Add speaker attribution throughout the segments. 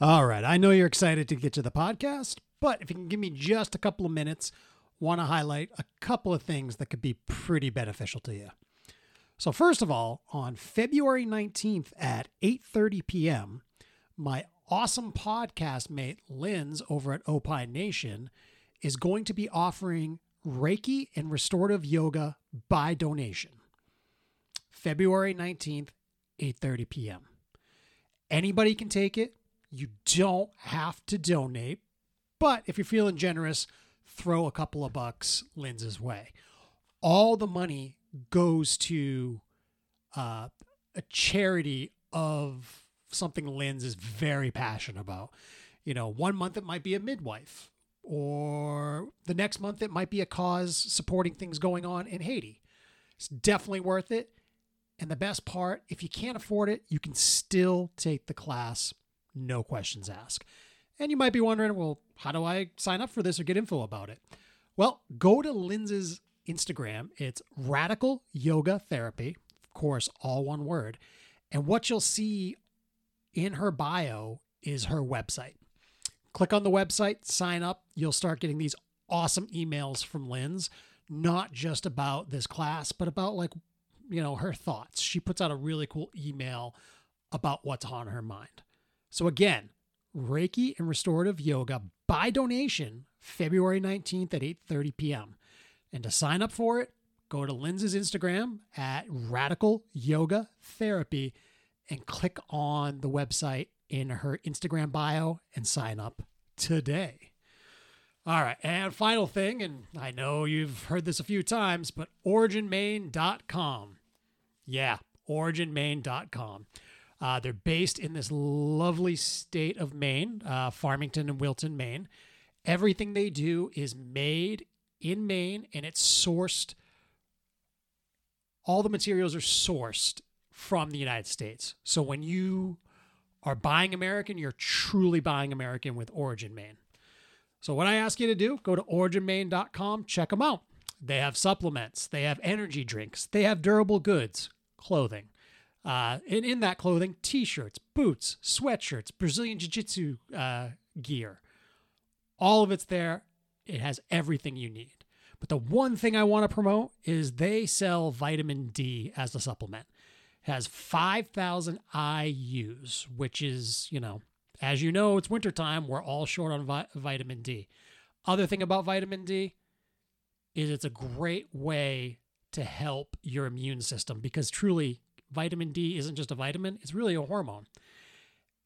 Speaker 1: All right. I know you're excited to get to the podcast, but if you can give me just a couple of minutes, want to highlight a couple of things that could be pretty beneficial to you. So first of all, on February 19th at 8:30 p.m., my awesome podcast mate Lynn's over at Opine Nation is going to be offering Reiki and restorative yoga by donation. February 19th, 8:30 p.m. Anybody can take it. You don't have to donate, but if you're feeling generous, throw a couple of bucks Lynn's way. All the money goes to uh, a charity of something Lynn's is very passionate about. You know, one month it might be a midwife, or the next month it might be a cause supporting things going on in Haiti. It's definitely worth it. And the best part, if you can't afford it, you can still take the class, no questions asked. And you might be wondering, well, how do I sign up for this or get info about it? Well, go to Lindsay's Instagram. It's Radical Yoga Therapy, of course, all one word. And what you'll see in her bio is her website. Click on the website, sign up. You'll start getting these awesome emails from Lynn's, not just about this class, but about like, you know, her thoughts. She puts out a really cool email about what's on her mind. So, again, Reiki and restorative yoga by donation, February 19th at 8:30 p.m. And to sign up for it, go to Lindsay's Instagram at Radical Yoga Therapy and click on the website in her Instagram bio and sign up today. All right, and final thing, and I know you've heard this a few times, but originmain.com. Yeah, originmain.com. Uh, they're based in this lovely state of Maine, uh, Farmington and Wilton, Maine. Everything they do is made in Maine and it's sourced. All the materials are sourced from the United States. So when you are buying American, you're truly buying American with Origin Maine. So what I ask you to do, go to originmaine.com, check them out. They have supplements, they have energy drinks, they have durable goods, clothing. Uh, and in that clothing, t-shirts, boots, sweatshirts, Brazilian jiu-jitsu uh, gear. All of it's there. It has everything you need. But the one thing I want to promote is they sell vitamin D as a supplement. It has 5,000 IUs, which is, you know, as you know, it's wintertime. We're all short on vi- vitamin D. Other thing about vitamin D is it's a great way to help your immune system because truly vitamin D isn't just a vitamin, it's really a hormone.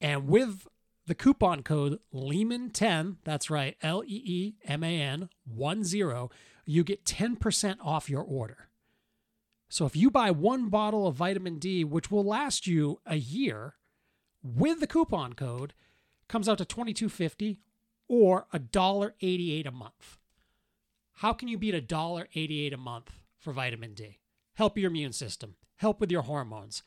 Speaker 1: And with the coupon code Lehman10, that's right, L E E M A N 10, you get 10% off your order. So if you buy one bottle of vitamin D, which will last you a year, with the coupon code, comes out to 22.50 or $1.88 a month. How can you beat $1.88 a month for vitamin D? Help your immune system help with your hormones,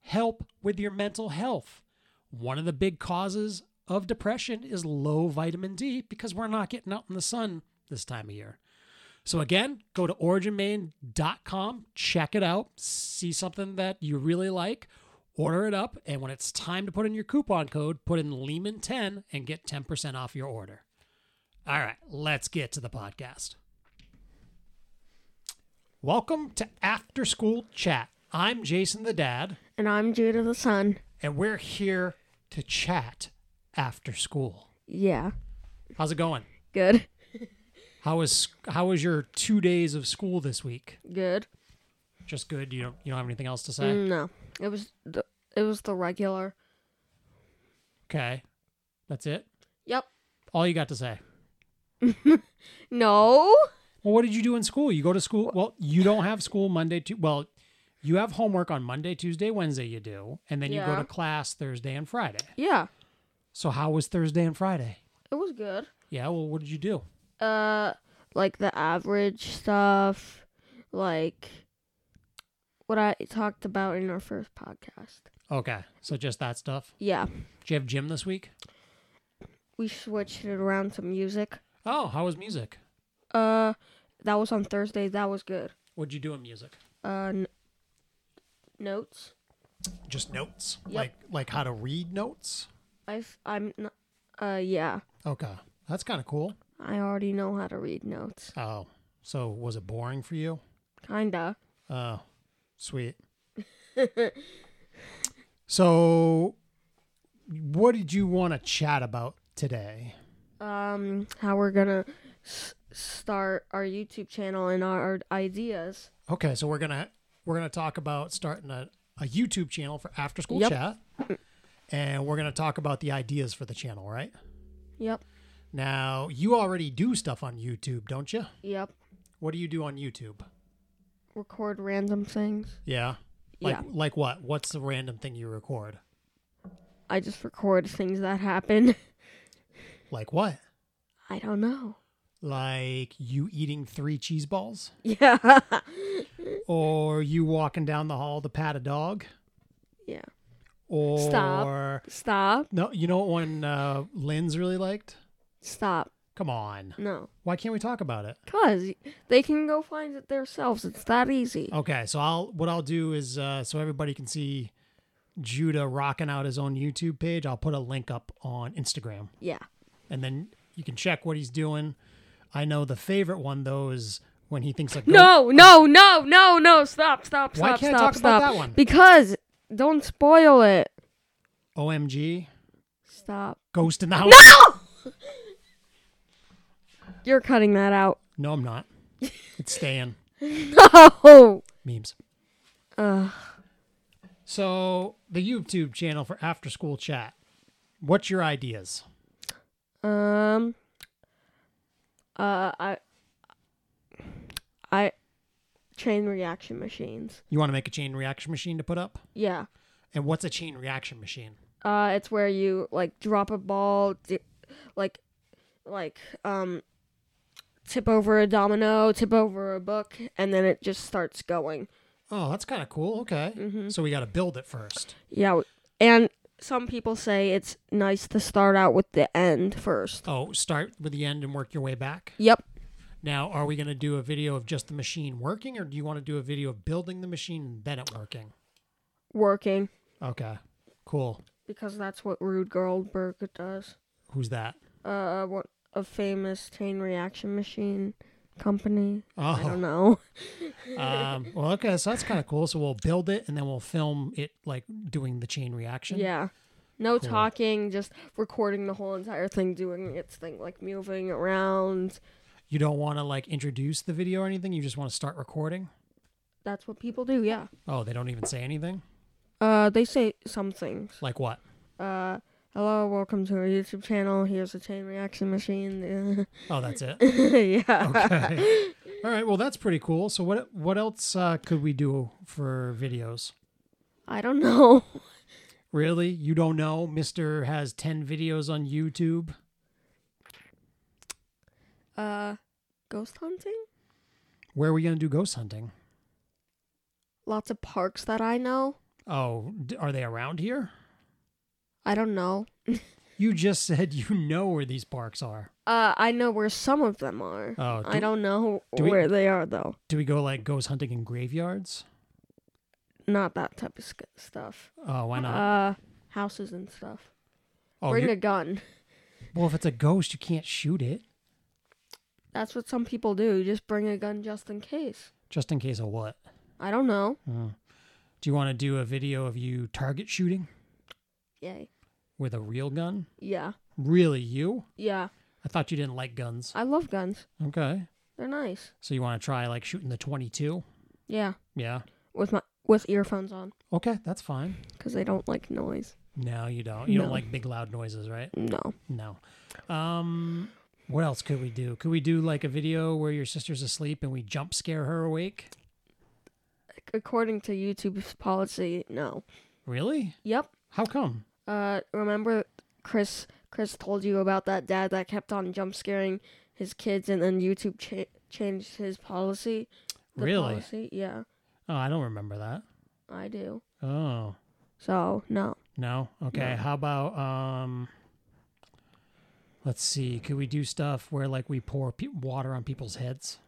Speaker 1: help with your mental health. One of the big causes of depression is low vitamin D because we're not getting out in the sun this time of year. So, again, go to originmain.com, check it out, see something that you really like, order it up, and when it's time to put in your coupon code, put in Lehman10 and get 10% off your order. All right, let's get to the podcast. Welcome to After School Chat. I'm Jason the Dad,
Speaker 2: And I'm Judah the Sun.
Speaker 1: and we're here to chat after school.
Speaker 2: Yeah.
Speaker 1: How's it going?
Speaker 2: Good.
Speaker 1: How was how was your two days of school this week?
Speaker 2: Good. Mm,
Speaker 1: Just good. You don't you don't have anything else to say?
Speaker 2: No. It was the it was the regular.
Speaker 1: Okay, that's it.
Speaker 2: Yep.
Speaker 1: All you got to say.
Speaker 2: No.
Speaker 1: Well, what did you do in school? You go to school. Well, you don't have school Monday. Tu- well, you have homework on Monday, Tuesday, Wednesday. You do, and then you go
Speaker 2: Yeah.
Speaker 1: to class Thursday and Friday.
Speaker 2: Yeah.
Speaker 1: So how was Thursday and Friday?
Speaker 2: It was good.
Speaker 1: Yeah. Well, what did you do?
Speaker 2: Uh like the average stuff, like what I talked about in our first podcast.
Speaker 1: Okay, so just that stuff.
Speaker 2: Yeah.
Speaker 1: Did you have gym this week?
Speaker 2: We switched it around to music.
Speaker 1: Oh, how was music?
Speaker 2: Uh that was on Thursday. That was good.
Speaker 1: What'd you do in music?
Speaker 2: Uh n- notes.
Speaker 1: Just notes,
Speaker 2: Yep.
Speaker 1: like like how to read notes.
Speaker 2: I I've, I'm, n- uh, yeah.
Speaker 1: Okay. That's kind of cool.
Speaker 2: I already know how to read notes.
Speaker 1: Oh, so was it boring for you?
Speaker 2: Kinda.
Speaker 1: Oh, sweet. so, what did you want to chat about today?
Speaker 2: Um, how we're gonna s- start our YouTube channel and our ideas.
Speaker 1: Okay, so we're gonna we're gonna talk about starting a, a YouTube channel for after school
Speaker 2: Yep.
Speaker 1: chat, and we're gonna talk about the ideas for the channel. Right
Speaker 2: Yep.
Speaker 1: now, you already do stuff on YouTube, don't you?
Speaker 2: Yep.
Speaker 1: What do you do on YouTube?
Speaker 2: Record random things.
Speaker 1: Yeah, like
Speaker 2: yeah.
Speaker 1: like what? What's the random thing you record?
Speaker 2: I just record things that happen.
Speaker 1: Like what?
Speaker 2: I don't know.
Speaker 1: Like you eating three cheese balls?
Speaker 2: Yeah.
Speaker 1: or you walking down the hall to pat a dog,
Speaker 2: yeah.
Speaker 1: or
Speaker 2: Stop. Stop.
Speaker 1: no, you know what one uh, Lynn's really liked?
Speaker 2: Stop.
Speaker 1: Come on,
Speaker 2: No.
Speaker 1: why can't we talk about it?
Speaker 2: Cause they can go find it themselves. It's that easy.
Speaker 1: Okay, so I'll what I'll do is uh, so everybody can see Judah rocking out his own YouTube page. I'll put a link up on Instagram,
Speaker 2: Yeah.
Speaker 1: and then you can check what he's doing. I know the favorite one though is when he thinks like
Speaker 2: No, no, no, no, no. Stop, stop,
Speaker 1: Why
Speaker 2: stop,
Speaker 1: can't I
Speaker 2: stop,
Speaker 1: talk about
Speaker 2: stop.
Speaker 1: that one?
Speaker 2: Because don't spoil it.
Speaker 1: OMG,
Speaker 2: Stop.
Speaker 1: ghost in the house.
Speaker 2: You're cutting that out.
Speaker 1: no I'm not. It's staying.
Speaker 2: No. Uh,
Speaker 1: memes.
Speaker 2: Ugh.
Speaker 1: So the YouTube channel for after school chat. What's your ideas?
Speaker 2: Um. Uh, I. I. Chain reaction machines.
Speaker 1: You want to make a chain reaction machine to put up?
Speaker 2: Yeah.
Speaker 1: And what's a chain reaction machine?
Speaker 2: Uh, it's where you like drop a ball, di- like, like um, tip over a domino, tip over a book, and then it just starts going.
Speaker 1: Oh, that's kind of cool. Okay. So we got to build it first.
Speaker 2: Yeah. And some people say it's nice to start out with the end first.
Speaker 1: Oh, start with the end and work your way back.
Speaker 2: Yep.
Speaker 1: Now, are we going to do a video of just the machine working or do you want to do a video of building the machine and then it working?
Speaker 2: Working
Speaker 1: Okay. Cool.
Speaker 2: because that's what Rude Goldberg does.
Speaker 1: Who's that?
Speaker 2: uh, what a famous chain reaction machine company. I
Speaker 1: Oh,
Speaker 2: don't know.
Speaker 1: um, well, okay. So that's kind of cool. So we'll build it and then we'll film it like doing the chain reaction.
Speaker 2: Yeah. No
Speaker 1: Cool.
Speaker 2: talking, just recording the whole entire thing, doing its thing, like moving around.
Speaker 1: You don't want to like introduce the video or anything. You just want to start recording.
Speaker 2: That's what people do, yeah.
Speaker 1: Oh, they don't even say anything.
Speaker 2: Uh, they say some things.
Speaker 1: Like what?
Speaker 2: Uh, hello, welcome to our YouTube channel. Here's a chain reaction machine.
Speaker 1: Oh, that's it.
Speaker 2: yeah.
Speaker 1: Okay. All right. Well, that's pretty cool. So what what else uh, could we do for videos?
Speaker 2: I don't know.
Speaker 1: Really? You don't know? Mister has ten videos on YouTube.
Speaker 2: Uh, ghost hunting?
Speaker 1: Where are we gonna do ghost hunting?
Speaker 2: Lots of parks that I know.
Speaker 1: Oh, d- are they around here?
Speaker 2: I don't know.
Speaker 1: You just said you know where these parks are.
Speaker 2: Uh, I know where some of them are.
Speaker 1: Oh, do,
Speaker 2: I don't know
Speaker 1: do we-
Speaker 2: where they are though.
Speaker 1: do we go like ghost hunting in graveyards?
Speaker 2: Not that type of sc- stuff.
Speaker 1: Oh, why not?
Speaker 2: Uh, houses and stuff.
Speaker 1: oh,
Speaker 2: Bring
Speaker 1: you're-
Speaker 2: a gun.
Speaker 1: well, if it's a ghost, you can't shoot it.
Speaker 2: That's what some people do. You Just bring a gun just in case.
Speaker 1: Just in case of what?
Speaker 2: I don't know.
Speaker 1: Oh. Do you want to do a video of you target shooting
Speaker 2: Yay.
Speaker 1: with a real gun?
Speaker 2: Yeah.
Speaker 1: Really, you?
Speaker 2: Yeah.
Speaker 1: I thought you didn't like guns.
Speaker 2: I love guns.
Speaker 1: Okay.
Speaker 2: They're nice.
Speaker 1: So you want to try like shooting the 22?
Speaker 2: Yeah.
Speaker 1: Yeah.
Speaker 2: With my with earphones on
Speaker 1: Okay, that's fine.
Speaker 2: because they don't like noise.
Speaker 1: No, you don't. You don't
Speaker 2: No.
Speaker 1: like big loud noises, right?
Speaker 2: No.
Speaker 1: No. Um what else could we do? Could we do like a video where your sister's asleep and we jump scare her awake?
Speaker 2: According to YouTube's policy, no.
Speaker 1: Really?
Speaker 2: Yep.
Speaker 1: How come?
Speaker 2: Uh, remember Chris? Chris told you about that dad that kept on jump scaring his kids, and then YouTube cha- changed his policy. The
Speaker 1: Really?
Speaker 2: Policy? Yeah,
Speaker 1: Oh, I don't remember that.
Speaker 2: I do.
Speaker 1: Oh.
Speaker 2: So no.
Speaker 1: No. Okay.
Speaker 2: No.
Speaker 1: How about um let's see. Could we do stuff where like we pour pe- water on people's heads?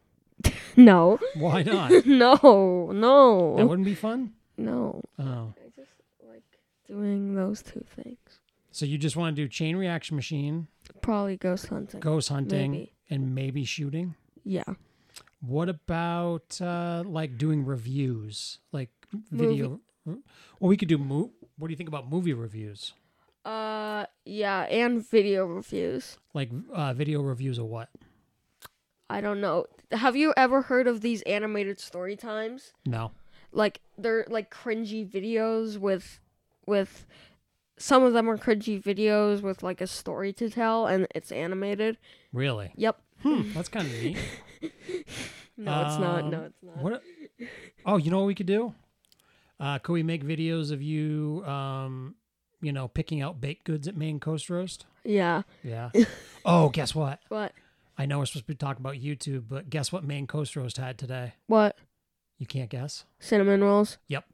Speaker 2: No.
Speaker 1: Why not?
Speaker 2: no. No.
Speaker 1: that wouldn't be fun?
Speaker 2: no.
Speaker 1: Oh.
Speaker 2: I just like doing those two things.
Speaker 1: So you just want to do chain reaction machine,
Speaker 2: Probably ghost hunting.
Speaker 1: ghost hunting,
Speaker 2: Maybe.
Speaker 1: and maybe shooting.
Speaker 2: yeah.
Speaker 1: What about uh, like doing reviews, like
Speaker 2: Movie.
Speaker 1: video? Well, we could do. Mo- what do you think about movie reviews?
Speaker 2: Uh, yeah, and video reviews.
Speaker 1: Like uh, video reviews of what?
Speaker 2: I don't know. Have you ever heard of these animated story times?
Speaker 1: No.
Speaker 2: Like they're like cringy videos with, with, some of them are cringy videos with like a story to tell and it's animated.
Speaker 1: Really?
Speaker 2: Yep.
Speaker 1: Hmm, that's kind of neat.
Speaker 2: No, it's not. No,
Speaker 1: Um,
Speaker 2: it's not.
Speaker 1: What? Oh, you know what we could do? Uh, could we make videos of you, um, you know, picking out baked goods at Maine Coast Roast?
Speaker 2: Yeah.
Speaker 1: Yeah. oh, guess what?
Speaker 2: What?
Speaker 1: I know we're supposed to be talking about YouTube, but guess what Maine Coast Roast had today?
Speaker 2: What?
Speaker 1: You can't guess.
Speaker 2: Cinnamon rolls.
Speaker 1: Yep.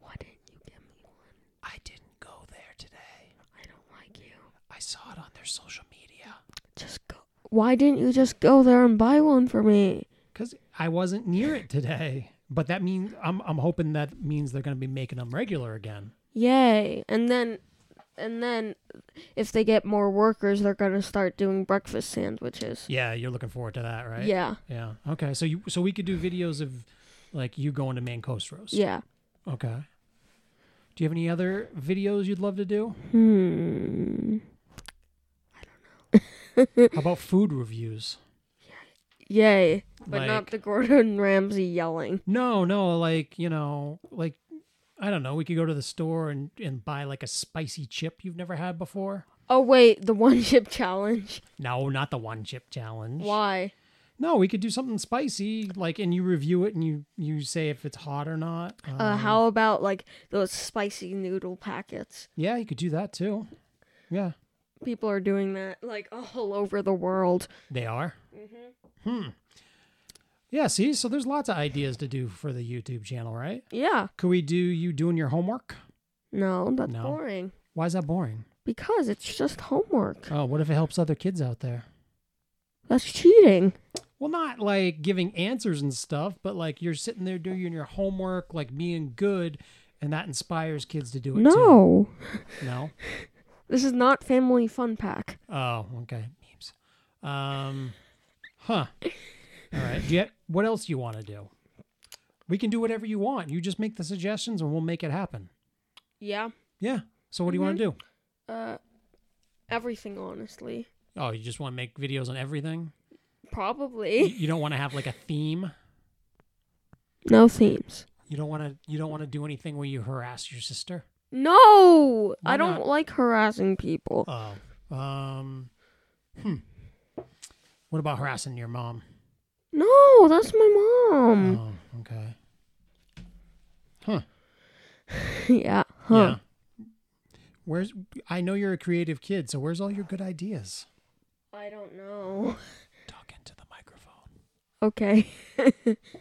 Speaker 2: Why didn't you get me one?
Speaker 1: I didn't go there today.
Speaker 2: I don't like you.
Speaker 1: I saw it on their social media
Speaker 2: Just go. Why didn't you just go there and buy one for me?
Speaker 1: because I wasn't near it today. But that means I'm I'm hoping that means they're going to be making them regular again.
Speaker 2: Yay! And then, and then, if they get more workers, they're gonna start doing breakfast sandwiches.
Speaker 1: Yeah, you're looking forward to that, right?
Speaker 2: Yeah.
Speaker 1: Yeah. Okay. So you so we could do videos of like you going to Maine Coast Roast.
Speaker 2: Yeah.
Speaker 1: Okay. Do you have any other videos you'd love to do?
Speaker 2: Hmm.
Speaker 1: How about food reviews?
Speaker 2: Yay! But not
Speaker 1: Like-
Speaker 2: the Gordon Ramsay yelling.
Speaker 1: No, no, like, you know, like I don't know, we could go to the store and, and buy like a spicy chip you've never had before.
Speaker 2: Oh wait, the one chip challenge.
Speaker 1: No, not the one chip challenge.
Speaker 2: Why?
Speaker 1: No, we could do something spicy, like and you review it and you you say if it's hot or not.
Speaker 2: Uh,
Speaker 1: Um,
Speaker 2: how about like those spicy noodle packets?
Speaker 1: Yeah, you could do that too. Yeah.
Speaker 2: People are doing that like all over the world.
Speaker 1: They are. Mm-hmm. Hmm. Yeah. See, so there's lots of ideas to do for the YouTube channel, right?
Speaker 2: Yeah.
Speaker 1: Could we do you doing your homework?
Speaker 2: No, that's
Speaker 1: No.
Speaker 2: boring.
Speaker 1: Why is that boring?
Speaker 2: Because it's just homework.
Speaker 1: Oh, what if it helps other kids out there?
Speaker 2: That's cheating.
Speaker 1: Well, not like giving answers and stuff, but like you're sitting there doing your homework, like being good, and that inspires kids to do it too.
Speaker 2: No.
Speaker 1: No.
Speaker 2: This is not family fun pack.
Speaker 1: No. Oh, okay. Memes. Um. Huh. All right. Do you have, what else you want to do? We can do whatever you want. You just make the suggestions, and we'll make it happen.
Speaker 2: Yeah.
Speaker 1: Yeah. So what do you want to do?
Speaker 2: Uh everything honestly.
Speaker 1: Oh, you just want to make videos on everything? You,
Speaker 2: Probably.
Speaker 1: you don't want to have like a theme?
Speaker 2: No themes.
Speaker 1: You don't want to you don't want to do anything where you harass your sister?
Speaker 2: No.
Speaker 1: Why
Speaker 2: I don't
Speaker 1: not?
Speaker 2: like harassing people.
Speaker 1: Oh. Um Hmm. What about harassing your mom?
Speaker 2: No, that's my mom.
Speaker 1: Oh, okay.
Speaker 2: yeah. Huh.
Speaker 1: Where's I know you're a creative kid, so where's all your good ideas?
Speaker 2: I don't know.
Speaker 1: Talk into the microphone.
Speaker 2: Okay.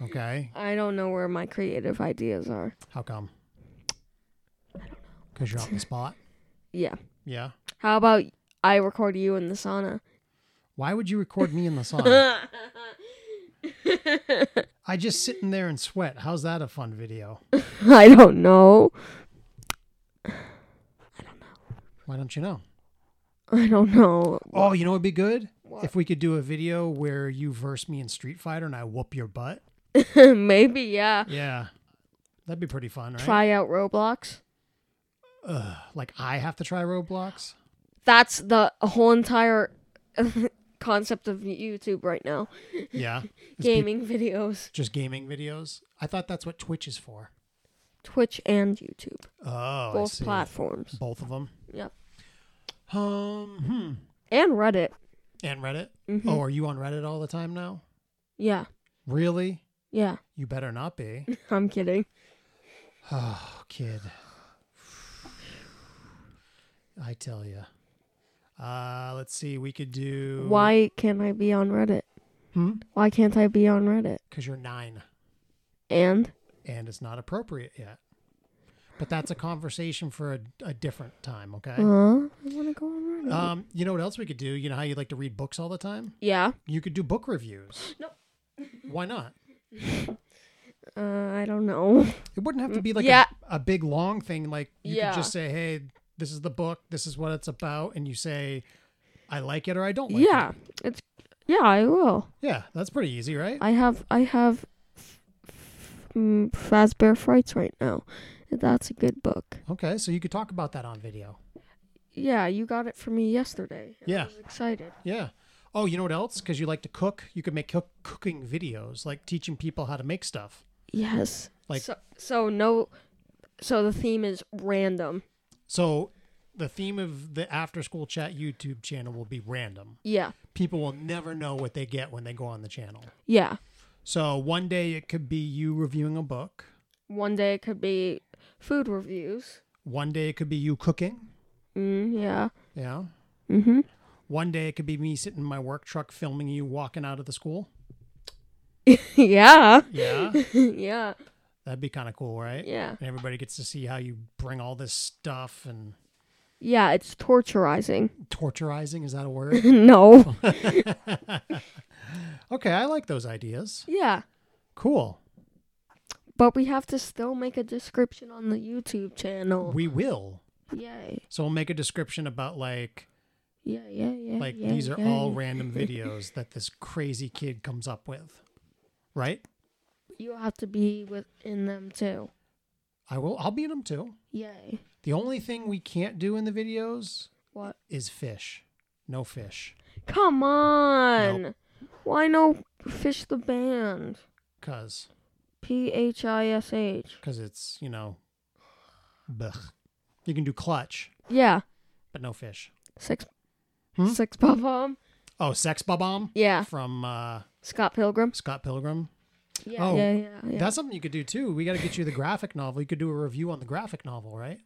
Speaker 1: Okay.
Speaker 2: I don't know where my creative ideas are.
Speaker 1: How come? Because you're on the spot.
Speaker 2: Yeah.
Speaker 1: Yeah.
Speaker 2: How about I record you in the sauna?
Speaker 1: Why would you record me in the song? I just sit in there and sweat. How's that a fun video?
Speaker 2: I don't know.
Speaker 1: Why don't you know?
Speaker 2: I don't know.
Speaker 1: Oh, you know what'd be good?
Speaker 2: What?
Speaker 1: If we could do a video where you verse me in Street Fighter and I whoop your butt.
Speaker 2: Maybe, yeah.
Speaker 1: Yeah. That'd be pretty fun, right?
Speaker 2: Try out Roblox.
Speaker 1: Ugh, like I have to try Roblox.
Speaker 2: That's the whole entire concept of YouTube right now.
Speaker 1: Yeah. It's peop-
Speaker 2: Gaming videos,
Speaker 1: just gaming videos. I thought that's what Twitch is for.
Speaker 2: Twitch and YouTube,
Speaker 1: Oh, I
Speaker 2: both
Speaker 1: see.
Speaker 2: platforms.
Speaker 1: Both of them.
Speaker 2: Yep.
Speaker 1: Um,
Speaker 2: And Reddit.
Speaker 1: hmm. And Reddit.
Speaker 2: Mm-hmm.
Speaker 1: Oh, are you on Reddit all the time now?
Speaker 2: Yeah.
Speaker 1: Really?
Speaker 2: Yeah.
Speaker 1: You better not be.
Speaker 2: I'm kidding.
Speaker 1: Oh, kid. I tell you. Uh, let's see. We could do
Speaker 2: Why can't I be on Reddit?
Speaker 1: Hmm?
Speaker 2: Why can't I be on Reddit?
Speaker 1: because you're nine
Speaker 2: And
Speaker 1: and it's not appropriate yet. But that's a conversation for a, a different time. Okay.
Speaker 2: huh? I want to go on Reddit.
Speaker 1: Um, you know what else we could do? You know how you like to read books all the time?
Speaker 2: yeah.
Speaker 1: You could do book reviews.
Speaker 2: Nope.
Speaker 1: Why not?
Speaker 2: Uh, I don't know.
Speaker 1: It wouldn't have to be like
Speaker 2: Mm, Yeah.
Speaker 1: a, a big long thing. Like you
Speaker 2: Yeah.
Speaker 1: could just say, "Hey, this is the book, this is what it's about, and you say, I like it or I don't like
Speaker 2: yeah,
Speaker 1: it.
Speaker 2: it's yeah. I will.
Speaker 1: Yeah, that's pretty easy, right?
Speaker 2: I have I have f- f- mm, Fazbear Frights right now. That's a good book.
Speaker 1: Okay, so you could talk about that on video.
Speaker 2: Yeah, you got it for me yesterday. and
Speaker 1: Yeah.
Speaker 2: I was excited.
Speaker 1: Yeah. Oh, you know what else? Because you like to cook, you could make cook- cooking videos, like teaching people how to make stuff.
Speaker 2: Yes.
Speaker 1: Like-
Speaker 2: so, so no so the theme is random.
Speaker 1: So, the theme of the After School Chat YouTube channel will be random.
Speaker 2: Yeah.
Speaker 1: People will never know what they get when they go on the channel.
Speaker 2: Yeah.
Speaker 1: So, one day it could be you reviewing a book,
Speaker 2: One day it could be food reviews.
Speaker 1: one day it could be you cooking.
Speaker 2: Mm, yeah.
Speaker 1: Yeah.
Speaker 2: Mhm.
Speaker 1: One day it could be me sitting in my work truck filming you walking out of the school.
Speaker 2: yeah.
Speaker 1: Yeah.
Speaker 2: yeah.
Speaker 1: That'd be kind of cool, right?
Speaker 2: Yeah.
Speaker 1: And everybody gets to see how you bring all this stuff and
Speaker 2: Yeah, it's torturizing.
Speaker 1: torturizing. Is that a word?
Speaker 2: no.
Speaker 1: okay. I like those ideas.
Speaker 2: yeah.
Speaker 1: Cool.
Speaker 2: But we have to still make a description on the YouTube channel.
Speaker 1: We will.
Speaker 2: yay.
Speaker 1: So we'll make a description about like,
Speaker 2: Yeah, yeah, yeah.
Speaker 1: like
Speaker 2: yeah,
Speaker 1: these are
Speaker 2: yeah.
Speaker 1: all random videos that this crazy kid comes up with. Right?
Speaker 2: You have to be within them too.
Speaker 1: I will. I'll be in them too.
Speaker 2: Yay.
Speaker 1: The only thing we can't do in the videos
Speaker 2: What?
Speaker 1: is fish. No fish.
Speaker 2: Come on. Why no fish the band?
Speaker 1: Cause,
Speaker 2: P H I S H.
Speaker 1: cause it's, you know, blech. You can do clutch,
Speaker 2: Yeah.
Speaker 1: but no fish.
Speaker 2: Six.
Speaker 1: Hmm?
Speaker 2: Six Bob Bomb.
Speaker 1: Oh, Sex Bomb
Speaker 2: Yeah.
Speaker 1: from uh,
Speaker 2: Scott Pilgrim.
Speaker 1: Scott Pilgrim.
Speaker 2: Yeah.
Speaker 1: Oh,
Speaker 2: yeah. Yeah. Yeah.
Speaker 1: That's something you could do too. We got to get you the graphic novel. You could do a review on the graphic novel, right?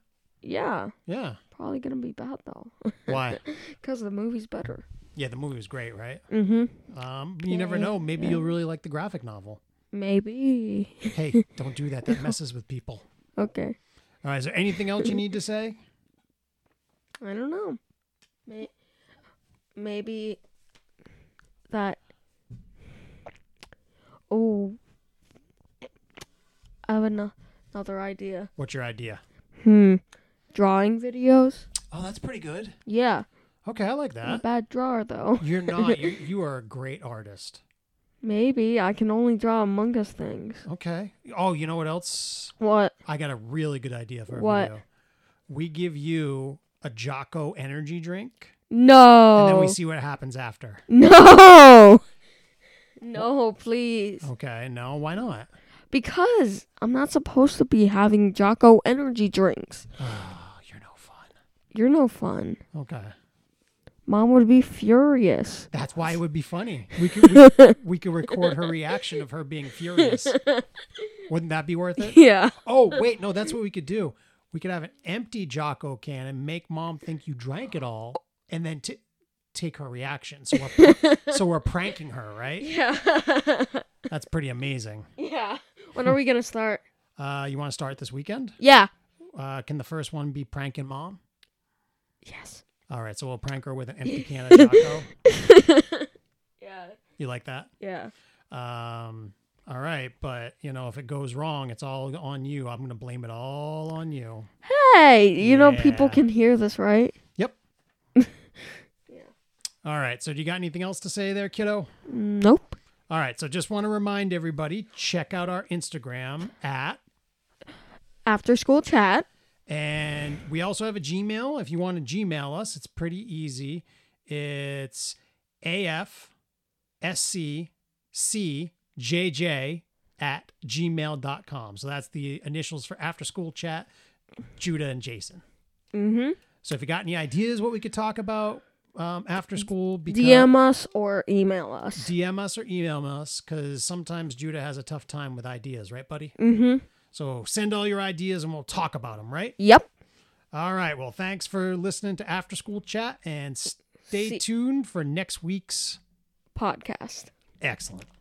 Speaker 2: yeah.
Speaker 1: Yeah.
Speaker 2: Probably gonna be bad though,
Speaker 1: Why?
Speaker 2: because the movie's better.
Speaker 1: yeah, the movie was great, right?
Speaker 2: Mm-hmm.
Speaker 1: Um, you never
Speaker 2: Yeah,
Speaker 1: know. Maybe
Speaker 2: yeah.
Speaker 1: you'll really like the graphic novel.
Speaker 2: Maybe.
Speaker 1: Hey, don't do that. That messes with people.
Speaker 2: Okay.
Speaker 1: All right. Is there anything else you need to say?
Speaker 2: I don't know. May- maybe that. Oh, I have ano- another idea.
Speaker 1: What's your idea?
Speaker 2: Hmm. Drawing videos.
Speaker 1: Oh, that's pretty good.
Speaker 2: Yeah.
Speaker 1: Okay, I like
Speaker 2: I'm a
Speaker 1: that.
Speaker 2: bad drawer though.
Speaker 1: You're not. You, you are a great artist.
Speaker 2: Maybe I can only draw Among Us things.
Speaker 1: Okay. Oh, you know what else?
Speaker 2: What?
Speaker 1: I got a really good idea for a
Speaker 2: What?
Speaker 1: video. We give you a Jocko energy drink,
Speaker 2: No.
Speaker 1: and then we see what happens after.
Speaker 2: no. No, please.
Speaker 1: Okay, no, why not?
Speaker 2: Because I'm not supposed to be having Jocko energy drinks.
Speaker 1: Oh, you're no fun.
Speaker 2: You're no fun.
Speaker 1: Okay,
Speaker 2: Mom would be furious.
Speaker 1: that's why it would be funny. We could we, we could record her reaction of her being furious. Wouldn't that be worth it?
Speaker 2: Yeah.
Speaker 1: Oh wait, no, that's what we could do. We could have an empty Jocko can and make mom think you drank it all, and then t- take her reaction. So we're, pr- so we're pranking her, right?
Speaker 2: Yeah.
Speaker 1: That's pretty amazing.
Speaker 2: yeah. When are we going to start?
Speaker 1: Uh, you want to start this weekend?
Speaker 2: Yeah.
Speaker 1: Uh, can the first one be pranking mom?
Speaker 2: Yes.
Speaker 1: All right, so we'll prank her with an empty can of Jocko.
Speaker 2: Yeah.
Speaker 1: You like that?
Speaker 2: Yeah.
Speaker 1: Um, all right, but you know, if it goes wrong, it's all on you. I'm gonna blame it all on you.
Speaker 2: Hey, you know people
Speaker 1: Yeah.
Speaker 2: can hear this, right?
Speaker 1: Yep. All right, so do you got anything else to say there, kiddo?
Speaker 2: Nope.
Speaker 1: All right, so just want to remind everybody check out our Instagram at,
Speaker 2: After school chat.
Speaker 1: and we also have a Gmail. If you want to Gmail us, it's pretty easy. It's afsccjj at gmail.com. So that's the initials for after school chat, Judah and Jason.
Speaker 2: Mm-hmm.
Speaker 1: So if you got any ideas what we could talk about um, after school, because,
Speaker 2: DM us or email us.
Speaker 1: DM us or email us because sometimes Judah has a tough time with ideas, right, buddy?
Speaker 2: Mm-hmm.
Speaker 1: So send all your ideas and we'll talk about them, right?
Speaker 2: Yep.
Speaker 1: All right. Well, thanks for listening to After School Chat and stay
Speaker 2: See-
Speaker 1: tuned for next week's
Speaker 2: Podcast.
Speaker 1: excellent.